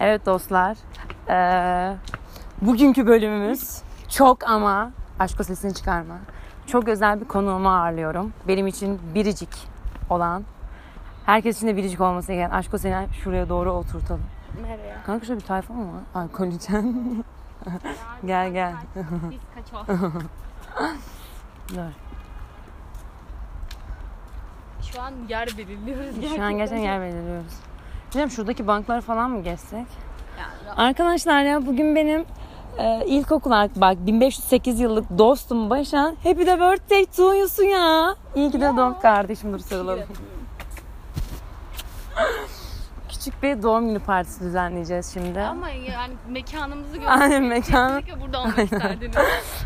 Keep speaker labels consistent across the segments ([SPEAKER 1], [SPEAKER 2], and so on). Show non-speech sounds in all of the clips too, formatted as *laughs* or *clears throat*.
[SPEAKER 1] Evet dostlar. eee, bugünkü bölümümüz çok ama aşk sesini çıkarma. Çok özel bir konuğumu ağırlıyorum. Benim için biricik olan Herkes için de biricik olması gereken aşk seni şuraya doğru oturtalım.
[SPEAKER 2] Nereye?
[SPEAKER 1] Kanka şöyle bir tayfa mı var? Ay kolitem. gel gel.
[SPEAKER 2] Biz kaç o?
[SPEAKER 1] Dur.
[SPEAKER 2] Şu an yer belirliyoruz gerçekten.
[SPEAKER 1] Şu an gerçekten yer belirliyoruz. Bilmiyorum şuradaki banklar falan mı geçsek?
[SPEAKER 2] Ya,
[SPEAKER 1] Arkadaşlar ya bugün benim e, ilkokul artık bak 1508 yıllık dostum Başan. Happy the birthday to you'sun ya. İyi ki de doğum kardeşim dur sarılalım. Küçük bir doğum günü partisi düzenleyeceğiz şimdi.
[SPEAKER 2] Ama yani mekanımızı gördük.
[SPEAKER 1] Aynen mekan,
[SPEAKER 2] Kesinlikle burada olmak isterdiniz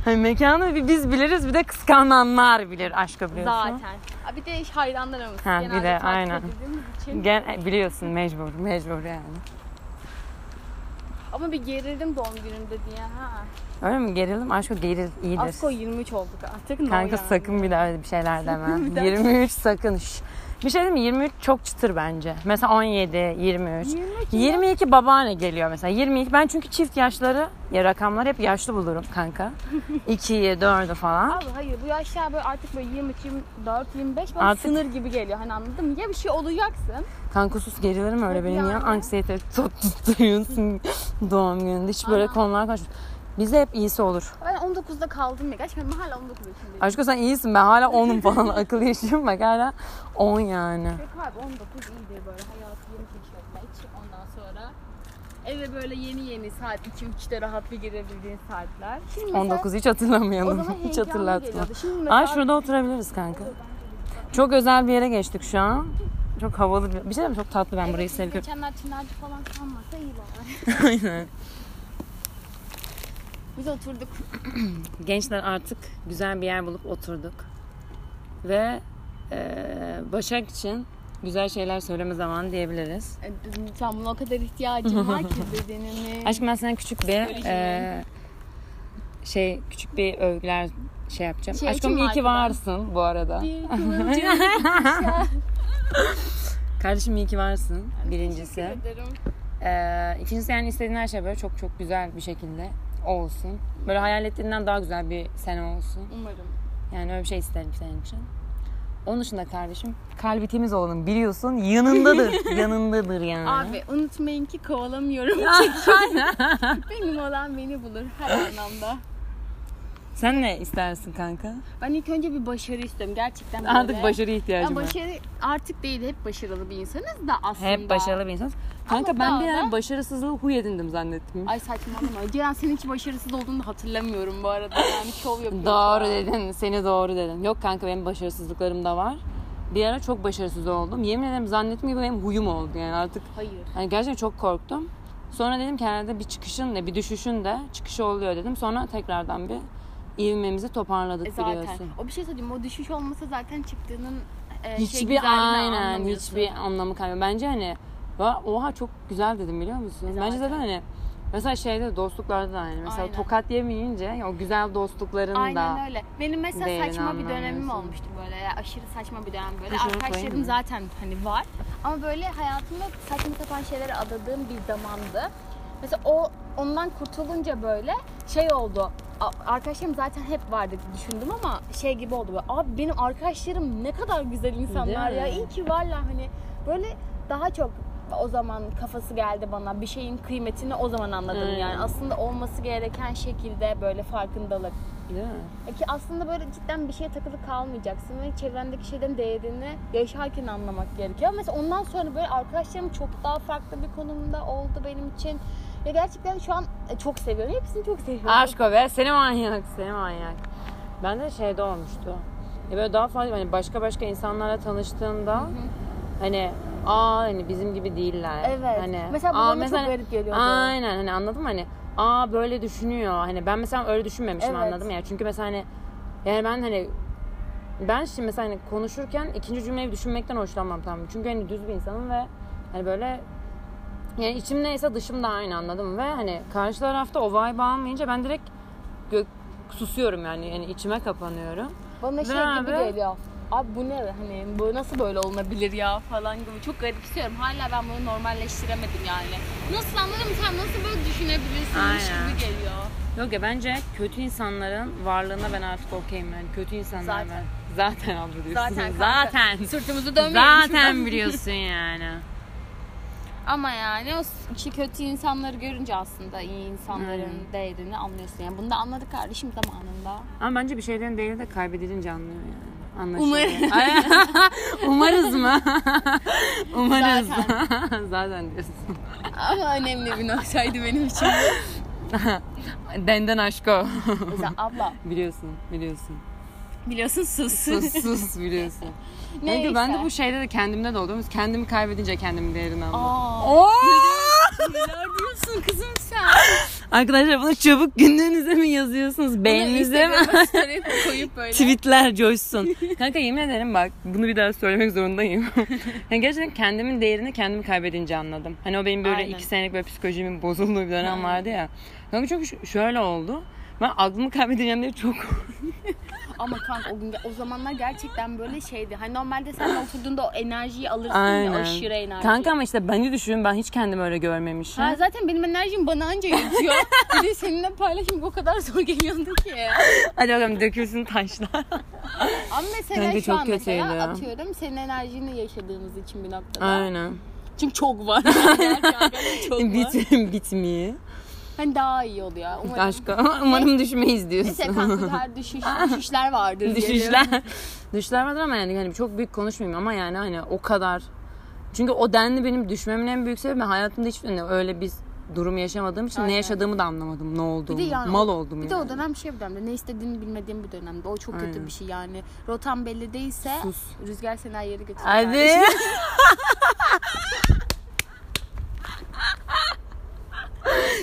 [SPEAKER 1] hani mekanı bir biz biliriz bir de kıskananlar bilir aşkı biliyorsun.
[SPEAKER 2] zaten. Aa, Bir de hayranlarımız.
[SPEAKER 1] Ha, bir
[SPEAKER 2] Genelde
[SPEAKER 1] de,
[SPEAKER 2] takip
[SPEAKER 1] aynen.
[SPEAKER 2] edildiğimiz için.
[SPEAKER 1] Gene e, biliyorsun mecbur mecbur yani.
[SPEAKER 2] Ama bir gerildim doğum günümde diye. Ha.
[SPEAKER 1] Öyle mi gerilim? Aşko geril iyidir.
[SPEAKER 2] Asko 23 olduk artık. no
[SPEAKER 1] Kanka
[SPEAKER 2] yani.
[SPEAKER 1] sakın bir daha öyle bir
[SPEAKER 2] *laughs*
[SPEAKER 1] şeyler deme.
[SPEAKER 2] daha.
[SPEAKER 1] 23 sakın. Şş. Bir şey diyeyim mi? 23 çok çıtır bence. Mesela 17, 23.
[SPEAKER 2] 22
[SPEAKER 1] 22 babaanne geliyor mesela. 22 ben çünkü çift yaşları ya rakamlar hep yaşlı bulurum
[SPEAKER 2] *laughs*
[SPEAKER 1] kanka. 2'yi, 4'ü falan.
[SPEAKER 2] Abi hayır bu yaşlar böyle artık böyle 23, 24, 25 bana
[SPEAKER 1] Artık-
[SPEAKER 2] sınır gibi geliyor. Hani anladın mı? Ya bir şey olacaksın.
[SPEAKER 1] Kanka sus gerilirim öyle
[SPEAKER 2] Hep
[SPEAKER 1] benim ya.
[SPEAKER 2] yani.
[SPEAKER 1] Anksiyete tut- tutuyorsun doğum gününde. Hiç böyle
[SPEAKER 2] Ama-
[SPEAKER 1] konular konuşmuyor. Bize hep iyisi olur.
[SPEAKER 2] Ben 19'da kaldım ya. Gerçekten ben hala 19 yaşındayım.
[SPEAKER 1] Aşkım sen iyisin ben hala 10'um
[SPEAKER 2] *laughs*
[SPEAKER 1] falan. Akıl yaşıyorum bak hala 10 yani.
[SPEAKER 2] Yok abi 19 iyidir böyle hayatı yeni keşfetmek. Ondan sonra eve böyle yeni yeni saat 2-3'te rahat bir girebildiğin saatler. Şimdi mesela
[SPEAKER 1] 19 hiç
[SPEAKER 2] o
[SPEAKER 1] hatırlamayalım.
[SPEAKER 2] zaman
[SPEAKER 1] Hiç
[SPEAKER 2] heyecanlı
[SPEAKER 1] hatırlatma.
[SPEAKER 2] geliyordu. Şimdi mesela
[SPEAKER 1] Ay şurada oturabiliriz kanka. Çok özel bir yere geçtik şu an. Çok havalı bir, bir şey mi çok tatlı ben
[SPEAKER 2] evet,
[SPEAKER 1] burayı
[SPEAKER 2] biz
[SPEAKER 1] seviyorum.
[SPEAKER 2] Geçenler Çınarcı falan kalmasa iyi
[SPEAKER 1] *laughs*
[SPEAKER 2] olur.
[SPEAKER 1] Aynen.
[SPEAKER 2] *laughs* Biz oturduk.
[SPEAKER 1] Gençler artık güzel bir yer bulup oturduk. Ve eee, Başak için güzel şeyler söyleme zamanı diyebiliriz.
[SPEAKER 2] E, Bizim şu an buna o
[SPEAKER 1] *laughs*
[SPEAKER 2] kadar ihtiyacım var ki "Hani bedenimi.
[SPEAKER 1] Aşkım ben sana küçük bir
[SPEAKER 2] Psikolojiyi.
[SPEAKER 1] eee, şey küçük bir övgüler şey yapacağım.
[SPEAKER 2] Şey
[SPEAKER 1] Aşkım
[SPEAKER 2] için
[SPEAKER 1] iyi ki
[SPEAKER 2] mi arkadan?
[SPEAKER 1] varsın bu arada. *laughs*
[SPEAKER 2] Bir kıvılcım.
[SPEAKER 1] Kardeşim iyi ki varsın
[SPEAKER 2] Teşekkür
[SPEAKER 1] birincisi.
[SPEAKER 2] ederim.
[SPEAKER 1] Ee, ikincisi yani istediğin her şey böyle çok çok güzel bir şekilde olsun. Böyle hayal ettiğinden daha güzel bir sene olsun.
[SPEAKER 2] Umarım.
[SPEAKER 1] Yani öyle bir şey isterim senin için. Onun dışında kardeşim kalbi temiz olalım biliyorsun. Yanındadır.
[SPEAKER 2] *laughs*
[SPEAKER 1] yanındadır yani.
[SPEAKER 2] Abi unutmayın ki kovalamıyorum.
[SPEAKER 1] *laughs*
[SPEAKER 2] Benim olan beni bulur her anlamda.
[SPEAKER 1] Sen ne istersin kanka?
[SPEAKER 2] Ben ilk önce bir başarı istiyorum gerçekten. Böyle.
[SPEAKER 1] Artık başarı
[SPEAKER 2] Ya
[SPEAKER 1] ihtiyacım var.
[SPEAKER 2] başarı artık değil hep başarılı bir insanız da aslında.
[SPEAKER 1] Hep başarılı bir insan. Kanka
[SPEAKER 2] Ama
[SPEAKER 1] ben
[SPEAKER 2] daha
[SPEAKER 1] bir
[SPEAKER 2] da-
[SPEAKER 1] an başarısızlığı huy edindim zannettim.
[SPEAKER 2] Ay saçmalama. Ceren senin hiç başarısız olduğunu da hatırlamıyorum bu arada. Yani şov yapıyor.
[SPEAKER 1] Doğru dedin. Seni doğru dedin. Yok kanka benim başarısızlıklarım da var. Bir ara çok başarısız oldum. Yemin ederim zannettim gibi benim huyum oldu yani artık.
[SPEAKER 2] Hayır.
[SPEAKER 1] Hani gerçekten çok korktum. Sonra dedim ki herhalde bir çıkışın da bir düşüşün de çıkışı oluyor dedim. Sonra tekrardan bir ivmemizi toparladık
[SPEAKER 2] E zaten.
[SPEAKER 1] biliyorsun.
[SPEAKER 2] O bir şey söyleyeyim. O düşüş olmasa zaten çıktığının e, şey
[SPEAKER 1] Hiçbir
[SPEAKER 2] güzelliğini
[SPEAKER 1] aynen
[SPEAKER 2] anlamıyorsun.
[SPEAKER 1] hiçbir anlamı kalmıyor. Bence hani va- oha çok güzel dedim biliyor musun?
[SPEAKER 2] Zaten.
[SPEAKER 1] Bence zaten hani mesela şeyde dostluklarda da aynı. Mesela
[SPEAKER 2] Aynen.
[SPEAKER 1] tokat yemeyince ya o güzel dostlukların da
[SPEAKER 2] Aynen öyle. Benim mesela
[SPEAKER 1] değerini
[SPEAKER 2] saçma bir dönemim
[SPEAKER 1] anlamıyorsun.
[SPEAKER 2] olmuştu böyle. Ya, aşırı saçma bir dönem böyle.
[SPEAKER 1] Kaçırıp koyayım
[SPEAKER 2] Arkadaşlarım
[SPEAKER 1] mı?
[SPEAKER 2] zaten hani var. Ama böyle hayatımda saçma sapan şeylere adadığım bir zamandı. Mesela o ondan kurtulunca böyle şey oldu. A- Arkadaşlarım zaten hep vardı düşündüm ama şey gibi oldu böyle. Abi benim arkadaşlarım ne kadar güzel insanlar
[SPEAKER 1] Değil
[SPEAKER 2] ya.
[SPEAKER 1] mi?
[SPEAKER 2] İyi ki varlar hani. Böyle daha çok o zaman kafası geldi bana. Bir şeyin kıymetini o zaman anladım
[SPEAKER 1] Aynen.
[SPEAKER 2] yani. Aslında olması gereken şekilde böyle farkındalık
[SPEAKER 1] değil mi?
[SPEAKER 2] ya E, Ki aslında böyle cidden bir şeye takılı kalmayacaksın ve çevrendeki şeylerin değerini yaşarken anlamak gerekiyor. Ama Mesela ondan sonra böyle arkadaşlarım çok daha farklı bir konumda oldu benim için. Ya gerçekten şu an e, çok seviyorum. Hepsini çok seviyorum.
[SPEAKER 1] Aşko be seni manyak seni manyak. Ben de şeyde olmuştu. Ya böyle daha fazla hani başka başka insanlarla tanıştığında hani aa hani bizim gibi değiller.
[SPEAKER 2] Evet.
[SPEAKER 1] Hani,
[SPEAKER 2] Mesela bu
[SPEAKER 1] "Aa,
[SPEAKER 2] bana çok garip geliyordu.
[SPEAKER 1] Aynen hani anladın mı hani aa böyle düşünüyor. Hani ben mesela öyle düşünmemişim
[SPEAKER 2] Evet.
[SPEAKER 1] anladım ya. Çünkü mesela hani yani ben hani ben şimdi mesela hani konuşurken ikinci cümleyi düşünmekten hoşlanmam tam. Çünkü hani düz bir insanım ve hani böyle yani içim neyse dışım da aynı anladım ve hani karşı tarafta o vibe almayınca ben direkt gö- susuyorum yani yani içime kapanıyorum.
[SPEAKER 2] Bana şey
[SPEAKER 1] Ne
[SPEAKER 2] gibi
[SPEAKER 1] abi?
[SPEAKER 2] geliyor. abi bu ne hani bu nasıl böyle olunabilir ya falan gibi çok garipsiyorum. Hala ben bunu normalleştiremedim yani. Nasıl anladım sen nasıl böyle düşünebilirsin
[SPEAKER 1] Aynen.
[SPEAKER 2] gibi geliyor.
[SPEAKER 1] Yok ya bence kötü insanların varlığına ben artık okeyim yani. Kötü insanlar
[SPEAKER 2] Zaten.
[SPEAKER 1] ben. Zaten abla diyorsun.
[SPEAKER 2] Zaten kanka.
[SPEAKER 1] Zaten.
[SPEAKER 2] Sırtımızı dönmeyelim şuradan.
[SPEAKER 1] Zaten biliyorsun yani.
[SPEAKER 2] Ama yani o kişi kötü insanları görünce aslında iyi insanların değerini anlıyorsun. Yani bunu da anladık kardeşim zamanında.
[SPEAKER 1] *laughs* Ama bence bir şeylerin değerini de kaybedilince anlıyor yani. Anlaşılıyor.
[SPEAKER 2] Umarım.
[SPEAKER 1] Ay, *laughs* Umarız mı?
[SPEAKER 2] *laughs*
[SPEAKER 1] Umarız.
[SPEAKER 2] Zaten.
[SPEAKER 1] *laughs* Zaten diyorsun.
[SPEAKER 2] *laughs* Ama önemli bir noktaydı benim için.
[SPEAKER 1] Denden aşk o. *laughs*
[SPEAKER 2] Mesela abla
[SPEAKER 1] biliyorsun, biliyorsun.
[SPEAKER 2] biliyorsun sus. *laughs*
[SPEAKER 1] Sus sus biliyorsun. Neyse. Ben de bu şeyde de kendimde de olduğumuz kendimi kaybedince kendimin değerini anladım.
[SPEAKER 2] Aa,
[SPEAKER 1] Oo!
[SPEAKER 2] neler diyorsun kızım sen?
[SPEAKER 1] Arkadaşlar bunu çabuk günlüğünüze mi yazıyorsunuz? Beğeninize mi?
[SPEAKER 2] *laughs* Instagram'a story koyup böyle.
[SPEAKER 1] Tweetler coşsun.
[SPEAKER 2] *laughs*
[SPEAKER 1] Kanka yemin ederim bak bunu bir daha söylemek zorundayım. yani gerçekten kendimin değerini kendimi kaybedince anladım. Hani o benim böyle
[SPEAKER 2] Aynen.
[SPEAKER 1] iki senelik böyle psikolojimin bozulduğu bir dönem vardı ya. Kanka çok ş- şöyle oldu. Ben aklımı kaybedeceğim diye çok
[SPEAKER 2] Ama kanka o gün o zamanlar gerçekten böyle şeydi. Hani normalde sen oturduğunda o enerjiyi alırsın ya aşırı enerji.
[SPEAKER 1] Kanka ama işte bence düşünün ben hiç kendimi öyle görmemişim.
[SPEAKER 2] Ha, zaten benim enerjim bana anca yetiyor. bir de seninle paylaşmak o kadar zor geliyordu ki.
[SPEAKER 1] Hadi bakalım dökülsün taşlar.
[SPEAKER 2] Ama mesela
[SPEAKER 1] Kanka
[SPEAKER 2] şu
[SPEAKER 1] çok
[SPEAKER 2] an mesela
[SPEAKER 1] kötüydü.
[SPEAKER 2] atıyorum senin enerjini yaşadığımız için bir noktada.
[SPEAKER 1] Aynen.
[SPEAKER 2] Çünkü
[SPEAKER 1] *laughs*
[SPEAKER 2] çok var. Gerçekten çok var.
[SPEAKER 1] Bit, bitmiyor.
[SPEAKER 2] Hani daha iyi oluyor. Umarım.
[SPEAKER 1] Aşka. *laughs* Umarım düşmeyiz
[SPEAKER 2] Mesela
[SPEAKER 1] diyorsun. *laughs*
[SPEAKER 2] kanka her düşüş, düşüşler vardır. diyelim.
[SPEAKER 1] Düşüşler. *laughs* Düşüşler vardır ama yani hani çok büyük konuşmayayım ama yani hani o kadar. Çünkü o denli benim düşmemin en büyük sebebi ben hayatımda hiç hani öyle bir durum yaşamadığım için
[SPEAKER 2] Aynen.
[SPEAKER 1] ne yaşadığımı da anlamadım. Ne
[SPEAKER 2] Bir
[SPEAKER 1] olduğumu.
[SPEAKER 2] de yani
[SPEAKER 1] Mal
[SPEAKER 2] o-
[SPEAKER 1] oldum
[SPEAKER 2] Bir de
[SPEAKER 1] yani.
[SPEAKER 2] o dönem şey bir dönemde ne istediğini bilmediğim bir dönemde. O çok kötü
[SPEAKER 1] Aynen.
[SPEAKER 2] bir şey yani. Rotan belli değilse
[SPEAKER 1] Sus.
[SPEAKER 2] *laughs* rüzgar seni her yere götürür.
[SPEAKER 1] Hadi.
[SPEAKER 2] kardeşim.
[SPEAKER 1] *laughs*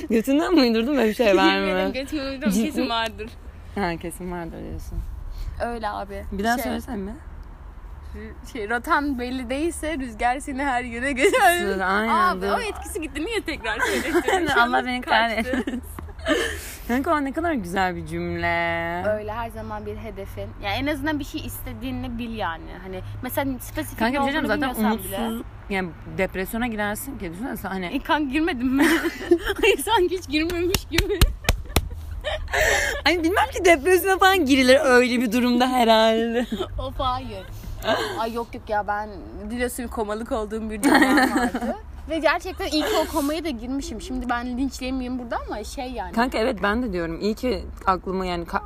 [SPEAKER 1] Götünden mi uydurdun böyle bir şey var mı?
[SPEAKER 2] Götüme uydurma, kesin vardır.
[SPEAKER 1] ha kesin vardır diyorsun.
[SPEAKER 2] Öyle abi.
[SPEAKER 1] Bir daha
[SPEAKER 2] şey,
[SPEAKER 1] söylesen mi?
[SPEAKER 2] Şey, rotan belli değilse rüzgar seni her yere götürür.
[SPEAKER 1] Dur, aynen,
[SPEAKER 2] Abi o
[SPEAKER 1] dur.
[SPEAKER 2] etkisi gitti niye
[SPEAKER 1] *laughs*
[SPEAKER 2] tekrar söyledin?
[SPEAKER 1] Allah beni kahretsin. Kanka o ne kadar güzel bir cümle.
[SPEAKER 2] *laughs* Öyle her zaman bir hedefin. Yani en azından bir şey istediğini bil yani. Hani mesela spesifik
[SPEAKER 1] Kanka bir
[SPEAKER 2] ne
[SPEAKER 1] şey
[SPEAKER 2] olduğunu
[SPEAKER 1] diyeceğim, zaten
[SPEAKER 2] bilmiyorsan bile.
[SPEAKER 1] umutsuz yani depresyona girersin ki düşünsene sen hani
[SPEAKER 2] E, kanka girmedim *laughs* mi? Hayır sanki hiç girmemiş
[SPEAKER 1] *laughs*
[SPEAKER 2] gibi.
[SPEAKER 1] Hani bilmem ki depresyona falan girilir öyle bir durumda herhalde.
[SPEAKER 2] Of hayır. Ay yok yok ya ben biliyorsun komalık olduğum
[SPEAKER 1] *laughs*
[SPEAKER 2] bir dönem vardı. Ve gerçekten iyi ki o komaya da girmişim. Şimdi ben linçleyemeyeyim burada ama şey yani.
[SPEAKER 1] *laughs* Kanka evet ben de diyorum iyi ki aklıma yani ka-